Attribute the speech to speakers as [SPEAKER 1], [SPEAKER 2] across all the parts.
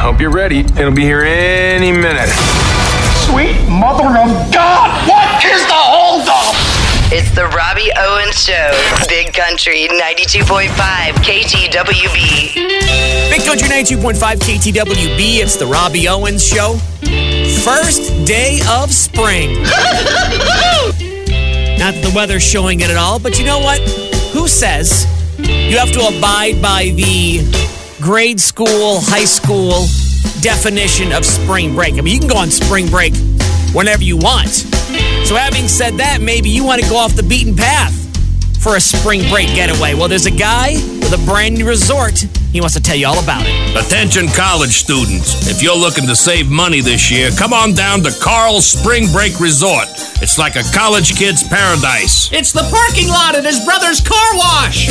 [SPEAKER 1] Hope you're ready. It'll be here any minute.
[SPEAKER 2] Sweet mother of God, what is the holdup?
[SPEAKER 3] It's the Robbie Owens Show. Big Country 92.5 KTWB.
[SPEAKER 4] Big Country 92.5 KTWB. It's the Robbie Owens Show. First day of spring. Not the weather showing it at all, but you know what? Who says you have to abide by the grade school, high school definition of spring break? I mean, you can go on spring break whenever you want. So, having said that, maybe you want to go off the beaten path for a spring break getaway. Well, there's a guy with a brand new resort. He wants to tell you all about it.
[SPEAKER 5] Attention college students, if you're looking to save money this year, come on down to Carl's Spring Break Resort. It's like a college kid's paradise.
[SPEAKER 6] It's the parking lot at his brother's car wash.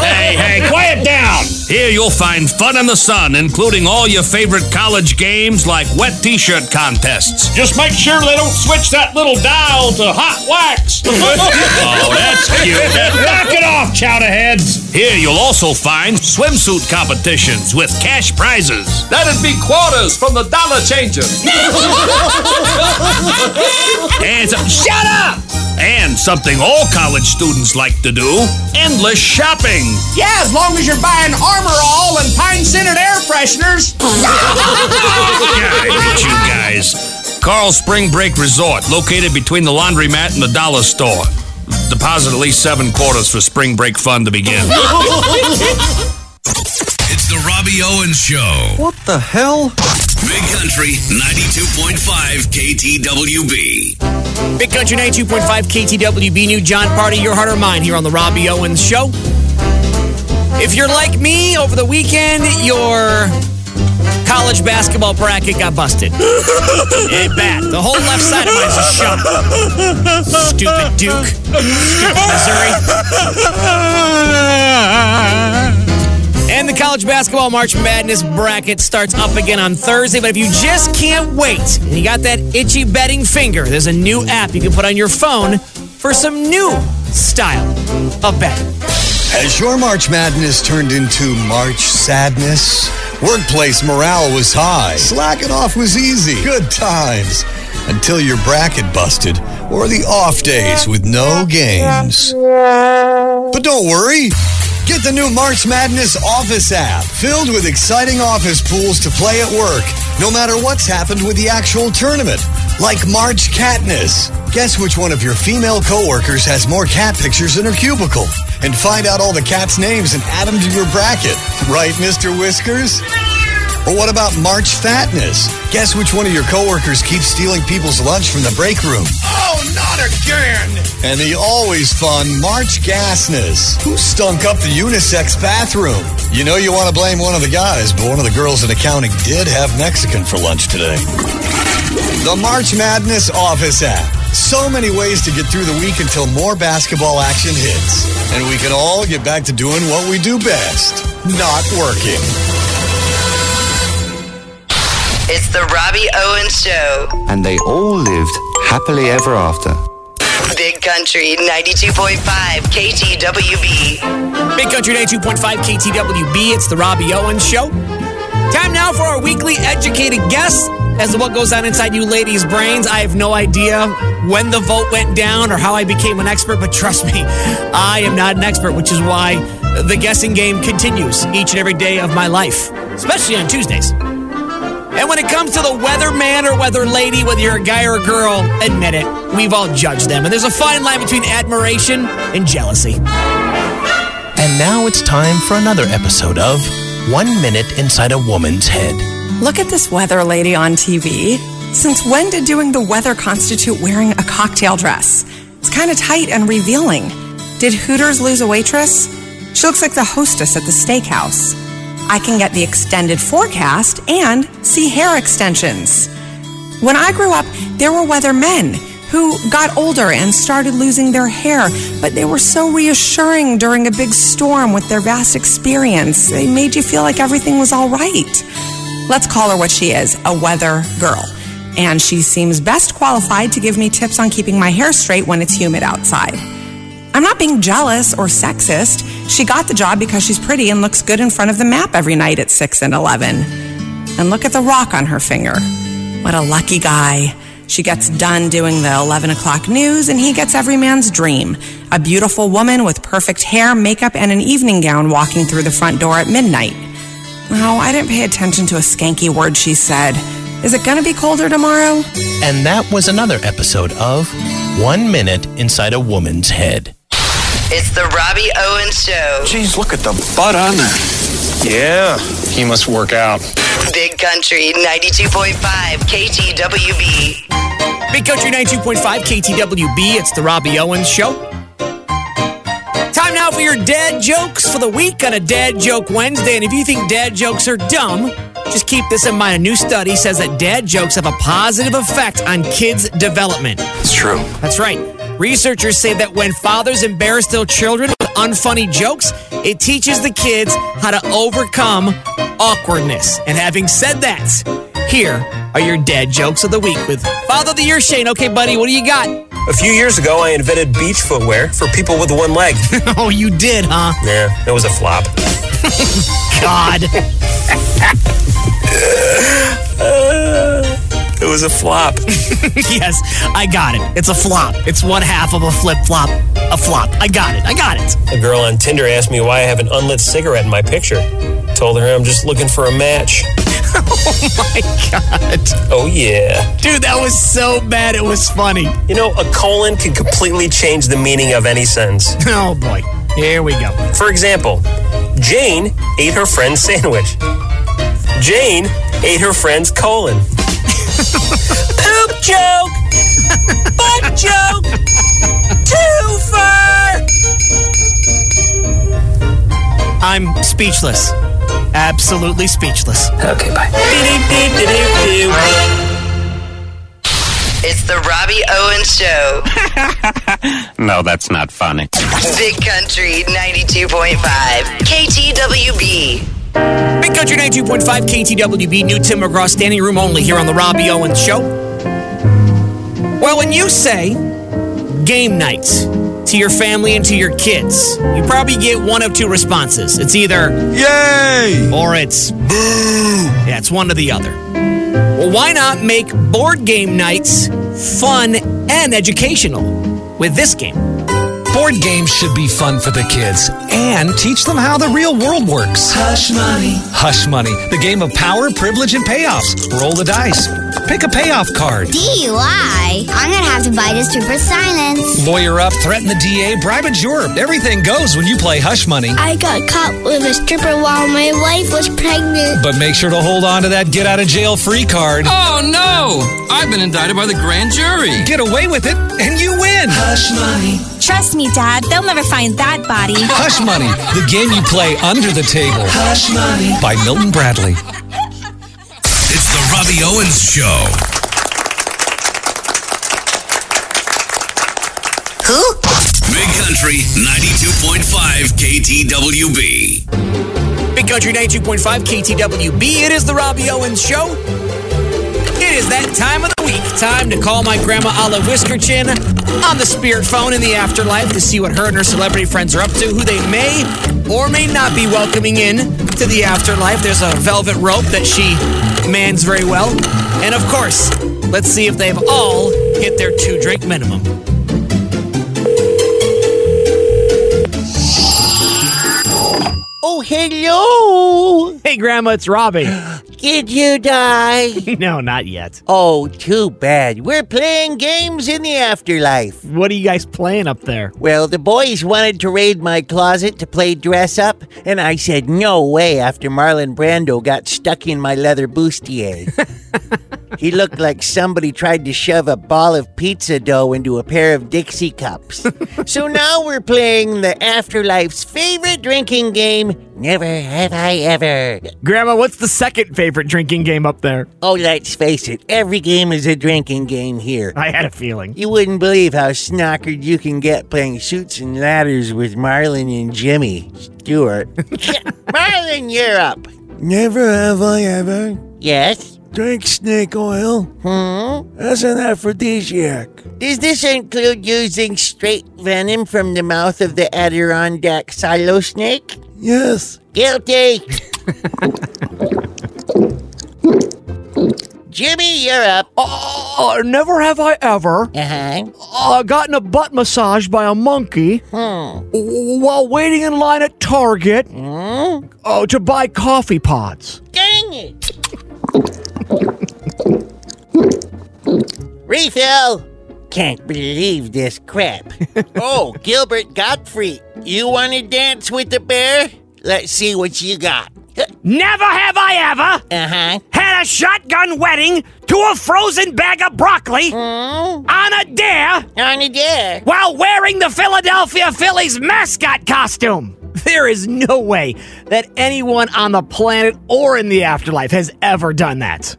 [SPEAKER 5] Hey, hey, quiet down! Here you'll find fun in the sun, including all your favorite college games like wet t shirt contests. Just make sure they don't switch that little dial to hot wax. oh, that's cute. Knock it off, chowderheads. Here you'll also find swimsuit competitions with cash prizes.
[SPEAKER 7] That'd be quarters from the dollar changer.
[SPEAKER 5] And some, shut up! And something all college students like to do endless shopping.
[SPEAKER 6] yeah, as long as you're buying Armor All and Pine Scented Air Fresheners.
[SPEAKER 5] Yeah, I hate you guys. Carl Spring Break Resort, located between the laundromat and the dollar store. Deposit at least seven quarters for spring break fun to begin.
[SPEAKER 8] It's the Robbie Owens Show.
[SPEAKER 9] What the hell?
[SPEAKER 8] Big Country 92.5 KTWB.
[SPEAKER 4] Big Country 92.5 KTWB New John Party, your heart or mine here on the Robbie Owens Show. If you're like me, over the weekend, your college basketball bracket got busted. It bad. The whole left side of mine's just shot. Stupid Duke. Stupid Missouri. And the college basketball March Madness bracket starts up again on Thursday. But if you just can't wait and you got that itchy betting finger, there's a new app you can put on your phone for some new style of betting.
[SPEAKER 9] Has your March Madness turned into March Sadness? Workplace morale was high. Slacking off was easy. Good times. Until your bracket busted or the off days with no games. But don't worry. Get the new March Madness Office app, filled with exciting office pools to play at work, no matter what's happened with the actual tournament. Like March Catness. Guess which one of your female coworkers has more cat pictures in her cubicle? And find out all the cats' names and add them to your bracket. Right, Mr. Whiskers? Or what about March Fatness? Guess which one of your coworkers keeps stealing people's lunch from the break room? and the always fun March Gasness, who stunk up the unisex bathroom. You know you want to blame one of the guys, but one of the girls in accounting did have Mexican for lunch today. The March Madness Office app. So many ways to get through the week until more basketball action hits. And we can all get back to doing what we do best not working.
[SPEAKER 3] It's the Robbie Owens Show.
[SPEAKER 10] and they all lived happily ever after.
[SPEAKER 3] Big Country 92.5 KTWB.
[SPEAKER 4] Big Country 92.5 KTWB. It's the Robbie Owens Show. Time now for our weekly educated guess as to what goes on inside you ladies' brains. I have no idea when the vote went down or how I became an expert, but trust me, I am not an expert, which is why the guessing game continues each and every day of my life, especially on Tuesdays. And when it comes to the weather man or weather lady, whether you're a guy or a girl, admit it, we've all judged them. And there's a fine line between admiration and jealousy.
[SPEAKER 11] And now it's time for another episode of One Minute Inside a Woman's Head.
[SPEAKER 12] Look at this weather lady on TV. Since when did doing the weather constitute wearing a cocktail dress? It's kind of tight and revealing. Did Hooters lose a waitress? She looks like the hostess at the steakhouse. I can get the extended forecast and see hair extensions. When I grew up, there were weather men who got older and started losing their hair, but they were so reassuring during a big storm with their vast experience. They made you feel like everything was all right. Let's call her what she is a weather girl. And she seems best qualified to give me tips on keeping my hair straight when it's humid outside. I'm not being jealous or sexist. She got the job because she's pretty and looks good in front of the map every night at 6 and 11. And look at the rock on her finger. What a lucky guy. She gets done doing the 11 o'clock news, and he gets every man's dream a beautiful woman with perfect hair, makeup, and an evening gown walking through the front door at midnight. No, I didn't pay attention to a skanky word she said. Is it gonna be colder tomorrow?
[SPEAKER 11] And that was another episode of One Minute Inside a Woman's Head.
[SPEAKER 3] It's the Robbie Owens Show.
[SPEAKER 11] Jeez, look at the butt on there.
[SPEAKER 1] Yeah, he must work out.
[SPEAKER 3] Big Country 92.5 KTWB.
[SPEAKER 4] Big Country 92.5 KTWB. It's the Robbie Owens Show. Time now for your dad jokes for the week on a Dad Joke Wednesday. And if you think dad jokes are dumb, just keep this in mind. A new study says that dad jokes have a positive effect on kids' development.
[SPEAKER 13] It's true.
[SPEAKER 4] That's right. Researchers say that when fathers embarrass their children with unfunny jokes, it teaches the kids how to overcome awkwardness. And having said that, here are your dad jokes of the week with Father of the Year Shane. Okay, buddy, what do you got?
[SPEAKER 14] A few years ago, I invented beach footwear for people with one leg.
[SPEAKER 4] oh, you did, huh?
[SPEAKER 14] Yeah, it was a flop.
[SPEAKER 4] God.
[SPEAKER 14] It was a flop.
[SPEAKER 4] yes, I got it. It's a flop. It's one half of a flip flop. A flop. I got it. I got it.
[SPEAKER 14] A girl on Tinder asked me why I have an unlit cigarette in my picture. Told her I'm just looking for a match.
[SPEAKER 4] Oh my god.
[SPEAKER 14] Oh yeah.
[SPEAKER 4] Dude, that was so bad it was funny.
[SPEAKER 14] You know, a colon can completely change the meaning of any sentence.
[SPEAKER 4] Oh boy. Here we go.
[SPEAKER 14] For example, Jane ate her friend's sandwich. Jane ate her friend's colon. Poop joke. Butt joke. Too far.
[SPEAKER 4] I'm speechless. Absolutely speechless. Okay, bye.
[SPEAKER 3] It's the Robbie Owens Show.
[SPEAKER 13] No, that's not funny.
[SPEAKER 3] Big Country 92.5 KTWB.
[SPEAKER 4] Big Country 92.5 KTWB, new Tim McGraw, standing room only here on The Robbie Owens Show. Well, when you say game night to your family and to your kids, you probably get one of two responses. It's either yay or it's boo. Yeah, it's one or the other. Well, why not make board game nights fun and educational with this game?
[SPEAKER 15] Board games should be fun for the kids and teach them how the real world works. Hush money. Hush money, the game of power, privilege, and payoffs. Roll the dice. Pick a payoff card.
[SPEAKER 16] DUI? I'm gonna have to buy this tube for silence.
[SPEAKER 15] Lawyer up, threaten the DA, bribe a juror. Everything goes when you play hush money.
[SPEAKER 16] I got caught with a stripper while my wife was pregnant.
[SPEAKER 15] But make sure to hold on to that get out of jail free card.
[SPEAKER 13] Oh no! I've been indicted by the grand jury.
[SPEAKER 15] Get away with it and you win. Hush money.
[SPEAKER 17] Trust me, Dad, they'll never find that body.
[SPEAKER 15] Hush money, the game you play under the table. Hush money. By Milton Bradley.
[SPEAKER 8] It's the Robbie Owens Show. Who? Big Country 92.5 KTWB.
[SPEAKER 4] Big Country 92.5 KTWB. It is the Robbie Owens Show. It is that time of the week. Time to call my grandma Olive Whiskerchin on the spirit phone in the afterlife to see what her and her celebrity friends are up to, who they may or may not be welcoming in to the afterlife. There's a velvet rope that she mans very well. And of course, let's see if they've all hit their two drink minimum.
[SPEAKER 18] Oh, hello.
[SPEAKER 4] Hey, Grandma, it's Robbie.
[SPEAKER 18] Did you die?
[SPEAKER 4] no, not yet.
[SPEAKER 18] Oh, too bad. We're playing games in the afterlife.
[SPEAKER 4] What are you guys playing up there?
[SPEAKER 18] Well, the boys wanted to raid my closet to play dress up, and I said no way after Marlon Brando got stuck in my leather bustier. he looked like somebody tried to shove a ball of pizza dough into a pair of Dixie cups. so now we're playing the afterlife's favorite drinking game, Never Have I Ever.
[SPEAKER 4] Grandma, what's the second favorite drinking game up there?
[SPEAKER 18] Oh, let's face it, every game is a drinking game here.
[SPEAKER 4] I had a feeling.
[SPEAKER 18] You wouldn't believe how snockered you can get playing shoots and ladders with Marlon and Jimmy Stewart. Marlon, you're up. Never have I ever. Yes.
[SPEAKER 19] Drink snake oil. Hmm? That's an aphrodisiac.
[SPEAKER 18] Does this include using straight venom from the mouth of the Adirondack silo snake?
[SPEAKER 19] Yes.
[SPEAKER 18] Guilty. Jimmy, you're up.
[SPEAKER 4] Oh,
[SPEAKER 20] Uh, never have I ever uh, gotten a butt massage by a monkey w- while waiting in line at Target uh, to buy coffee pods.
[SPEAKER 18] Dang it! Refill! Can't believe this crap. oh, Gilbert Gottfried, you want to dance with the bear? Let's see what you got.
[SPEAKER 21] Never have I ever
[SPEAKER 18] Uh-huh.
[SPEAKER 21] had a shotgun wedding to a frozen bag of broccoli on a dare.
[SPEAKER 18] Hmm? On a dare.
[SPEAKER 21] While wearing the Philadelphia Phillies mascot costume. There is no way that anyone on the planet or in the afterlife has ever done that.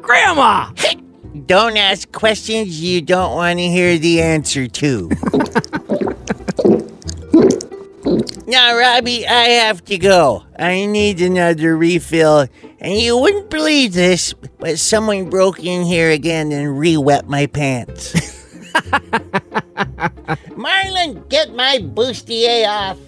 [SPEAKER 21] Grandma!
[SPEAKER 18] Don't ask questions you don't want to hear the answer to. now, Robbie, I have to go. I need another refill. And you wouldn't believe this, but someone broke in here again and re wet my pants. Marlon, get my bustier off.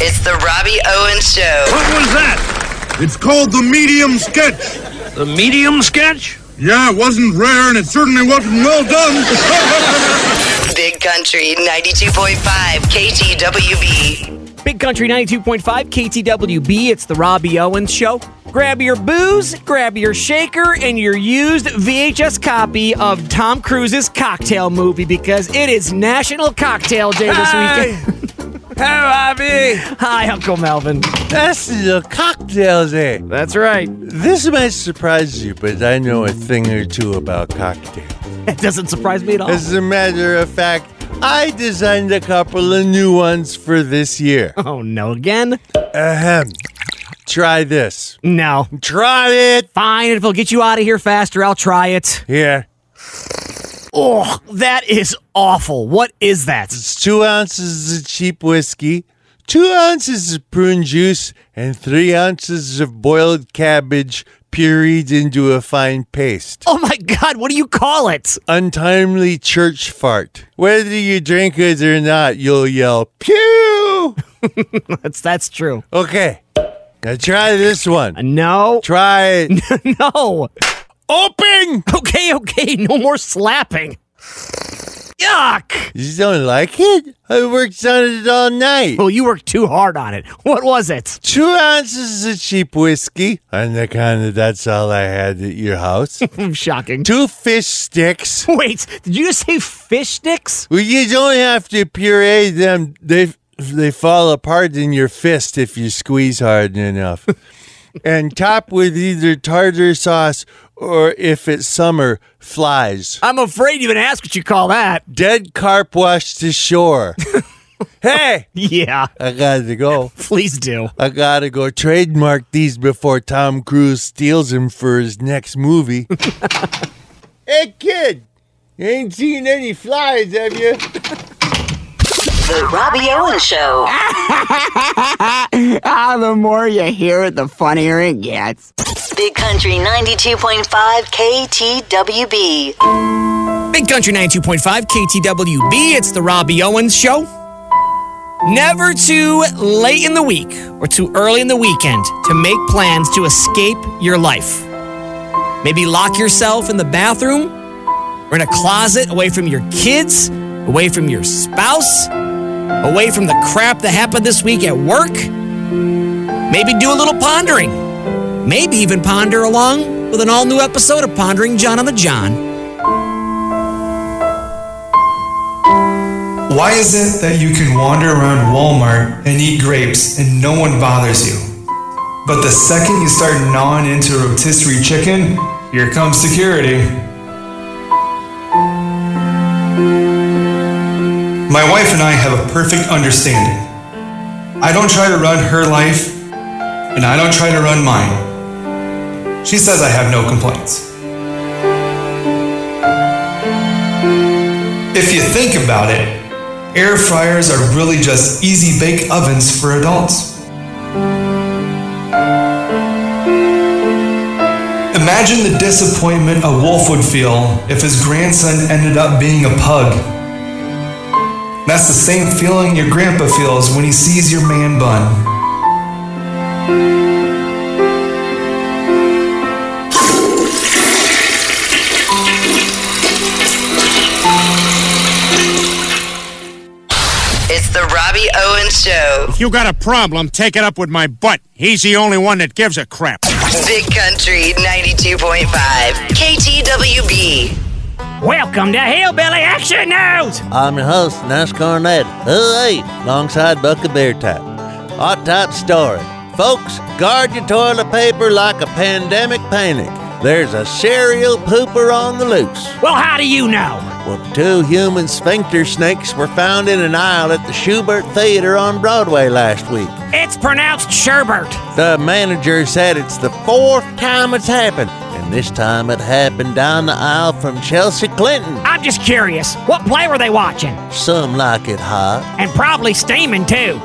[SPEAKER 3] It's the Robbie Owens Show. What was that?
[SPEAKER 22] It's called the medium sketch. The medium sketch? Yeah, it wasn't rare and it certainly wasn't well done.
[SPEAKER 3] Big Country 92.5 KTWB.
[SPEAKER 4] Big Country 92.5 KTWB. It's the Robbie Owens Show. Grab your booze, grab your shaker, and your used VHS copy of Tom Cruise's cocktail movie because it is National Cocktail Day this weekend. Hey,
[SPEAKER 22] er
[SPEAKER 4] Robbie. Hi, Uncle Melvin.
[SPEAKER 22] That's the cocktail day.
[SPEAKER 4] That's right.
[SPEAKER 22] This might surprise you, but I know a thing or two about cocktails.
[SPEAKER 4] It doesn't surprise me at all.
[SPEAKER 22] As a matter of fact, I designed a couple of new ones for this year.
[SPEAKER 4] Oh, no, again?
[SPEAKER 22] Ahem. Try this.
[SPEAKER 4] No.
[SPEAKER 22] Try it.
[SPEAKER 4] Fine, if it'll get you out of here faster, I'll try it.
[SPEAKER 22] Here.
[SPEAKER 4] Oh, that is awful. What is that?
[SPEAKER 22] It's two ounces of cheap whiskey, two ounces of prune juice, and three ounces of boiled cabbage pureed into a fine paste.
[SPEAKER 4] Oh my God, what do you call it?
[SPEAKER 22] Untimely church fart. Whether you drink it or not, you'll yell, pew!
[SPEAKER 4] that's, that's true. Uh,
[SPEAKER 22] Okay, now try this one.
[SPEAKER 4] No.
[SPEAKER 22] Try
[SPEAKER 4] it. no. Oh,
[SPEAKER 22] Open!
[SPEAKER 4] Okay, okay, no more slapping. Yuck!
[SPEAKER 22] You don't like it? I worked on it all night.
[SPEAKER 4] Well, you worked too hard on it. What was it?
[SPEAKER 22] Two ounces of cheap whiskey. And the kind of that's all I had at your house.
[SPEAKER 4] Shocking.
[SPEAKER 22] Two fish sticks.
[SPEAKER 4] Wait, did you just say fish sticks?
[SPEAKER 22] Well, you don't have to puree them. They they fall apart in your fist if you squeeze hard enough. and top with either tartar sauce or if it's summer, flies.
[SPEAKER 4] I'm afraid you even asked what you call that.
[SPEAKER 22] Dead carp washed to shore. hey,
[SPEAKER 4] Yeah,
[SPEAKER 22] I gotta go.
[SPEAKER 4] please do.
[SPEAKER 22] I gotta go trademark these before Tom Cruise steals them for his next movie. hey, kid, you ain't seen any flies, have you?
[SPEAKER 3] The Robbie Owens Show.
[SPEAKER 23] ah, the more you hear it, the funnier it gets.
[SPEAKER 24] Big Country 92.5 KTWB.
[SPEAKER 4] Big Country 92.5 KTWB. It's the Robbie Owens Show. Never too late in the week or too early in the weekend to make plans to escape your life. Maybe lock yourself in the bathroom or in a closet away from your kids, away from your spouse, away from the crap that happened this week at work. Maybe do a little pondering. Maybe even ponder along with an all new episode of Pondering John on the John.
[SPEAKER 25] Why is it that you can wander around Walmart and eat grapes and no one bothers you? But the second you start gnawing into rotisserie chicken, here comes security. My wife and I have a perfect understanding. I don't try to run her life, and I don't try to run mine. She says I have no complaints. If you think about it, air fryers are really just easy bake ovens for adults. Imagine the disappointment a wolf would feel if his grandson ended up being a pug. That's the same feeling your grandpa feels when he sees your man bun.
[SPEAKER 3] It's the Robbie Owens Show.
[SPEAKER 2] If you got a problem, take it up with my butt. He's the only one that gives a crap.
[SPEAKER 3] Big Country 92.5. KTWB.
[SPEAKER 18] Welcome to Hillbilly Action News! I'm your host, NASCAR Ned. Hey, alongside Buckabear Top. Hot Top story. Folks, guard your toilet paper like a pandemic panic. There's a serial pooper on the loose. Well, how do you know? Well, two human sphincter snakes were found in an aisle at the Schubert Theater on Broadway last week.
[SPEAKER 21] It's pronounced Sherbert.
[SPEAKER 18] The manager said it's the fourth time it's happened, and this time it happened down the aisle from Chelsea Clinton.
[SPEAKER 21] I'm just curious. What play were they watching?
[SPEAKER 18] Some like it hot.
[SPEAKER 21] And probably steaming too.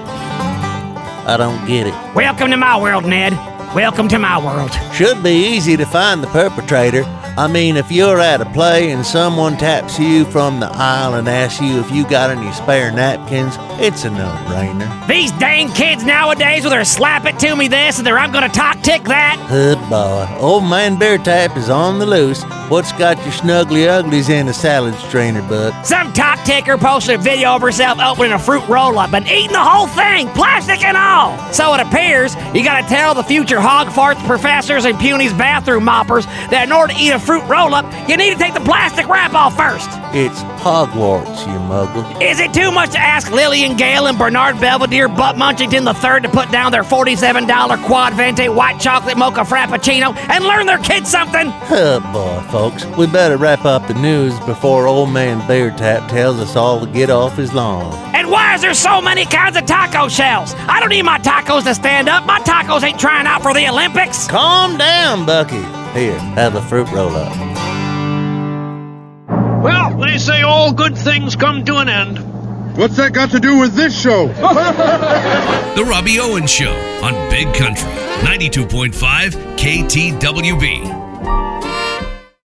[SPEAKER 18] I don't get it.
[SPEAKER 21] Welcome to my world, Ned. Welcome to my world.
[SPEAKER 18] Should be easy to find the perpetrator. I mean, if you're at a play and someone taps you from the aisle and asks you if you got any spare napkins, it's a no-brainer.
[SPEAKER 21] These dang kids nowadays with their slap it to me this and their I'm gonna talk tick that.
[SPEAKER 18] Good boy. Old man Bear Tap is on the loose. What's got your snuggly uglies in a salad strainer, bud?
[SPEAKER 21] Some top ticker posted a video of herself opening a fruit roll up and eating the whole thing, plastic and all. So it appears you gotta tell the future hog farts professors and puny's bathroom moppers that in order to eat a fruit roll up, you need to take the plastic wrap off first.
[SPEAKER 18] It's Hogwarts, you muggle.
[SPEAKER 21] Is it too much to ask Lillian Gale and Bernard Belvedere Butt Munchington III to put down their $47 Quad Vente white chocolate mocha frappuccino and learn their kids something?
[SPEAKER 18] Oh boy, folks, we better wrap up the news before old man Bear Tap tells us all to get off his lawn.
[SPEAKER 21] And why is there so many kinds of taco shells? I don't need my tacos to stand up. My tacos ain't trying out for the Olympics.
[SPEAKER 18] Calm down, Bucky. Here, have a fruit roll up.
[SPEAKER 5] Well, they say all good things come to an end. What's that got to do with this show?
[SPEAKER 8] The Robbie Owen Show on Big Country 92.5 KTWB.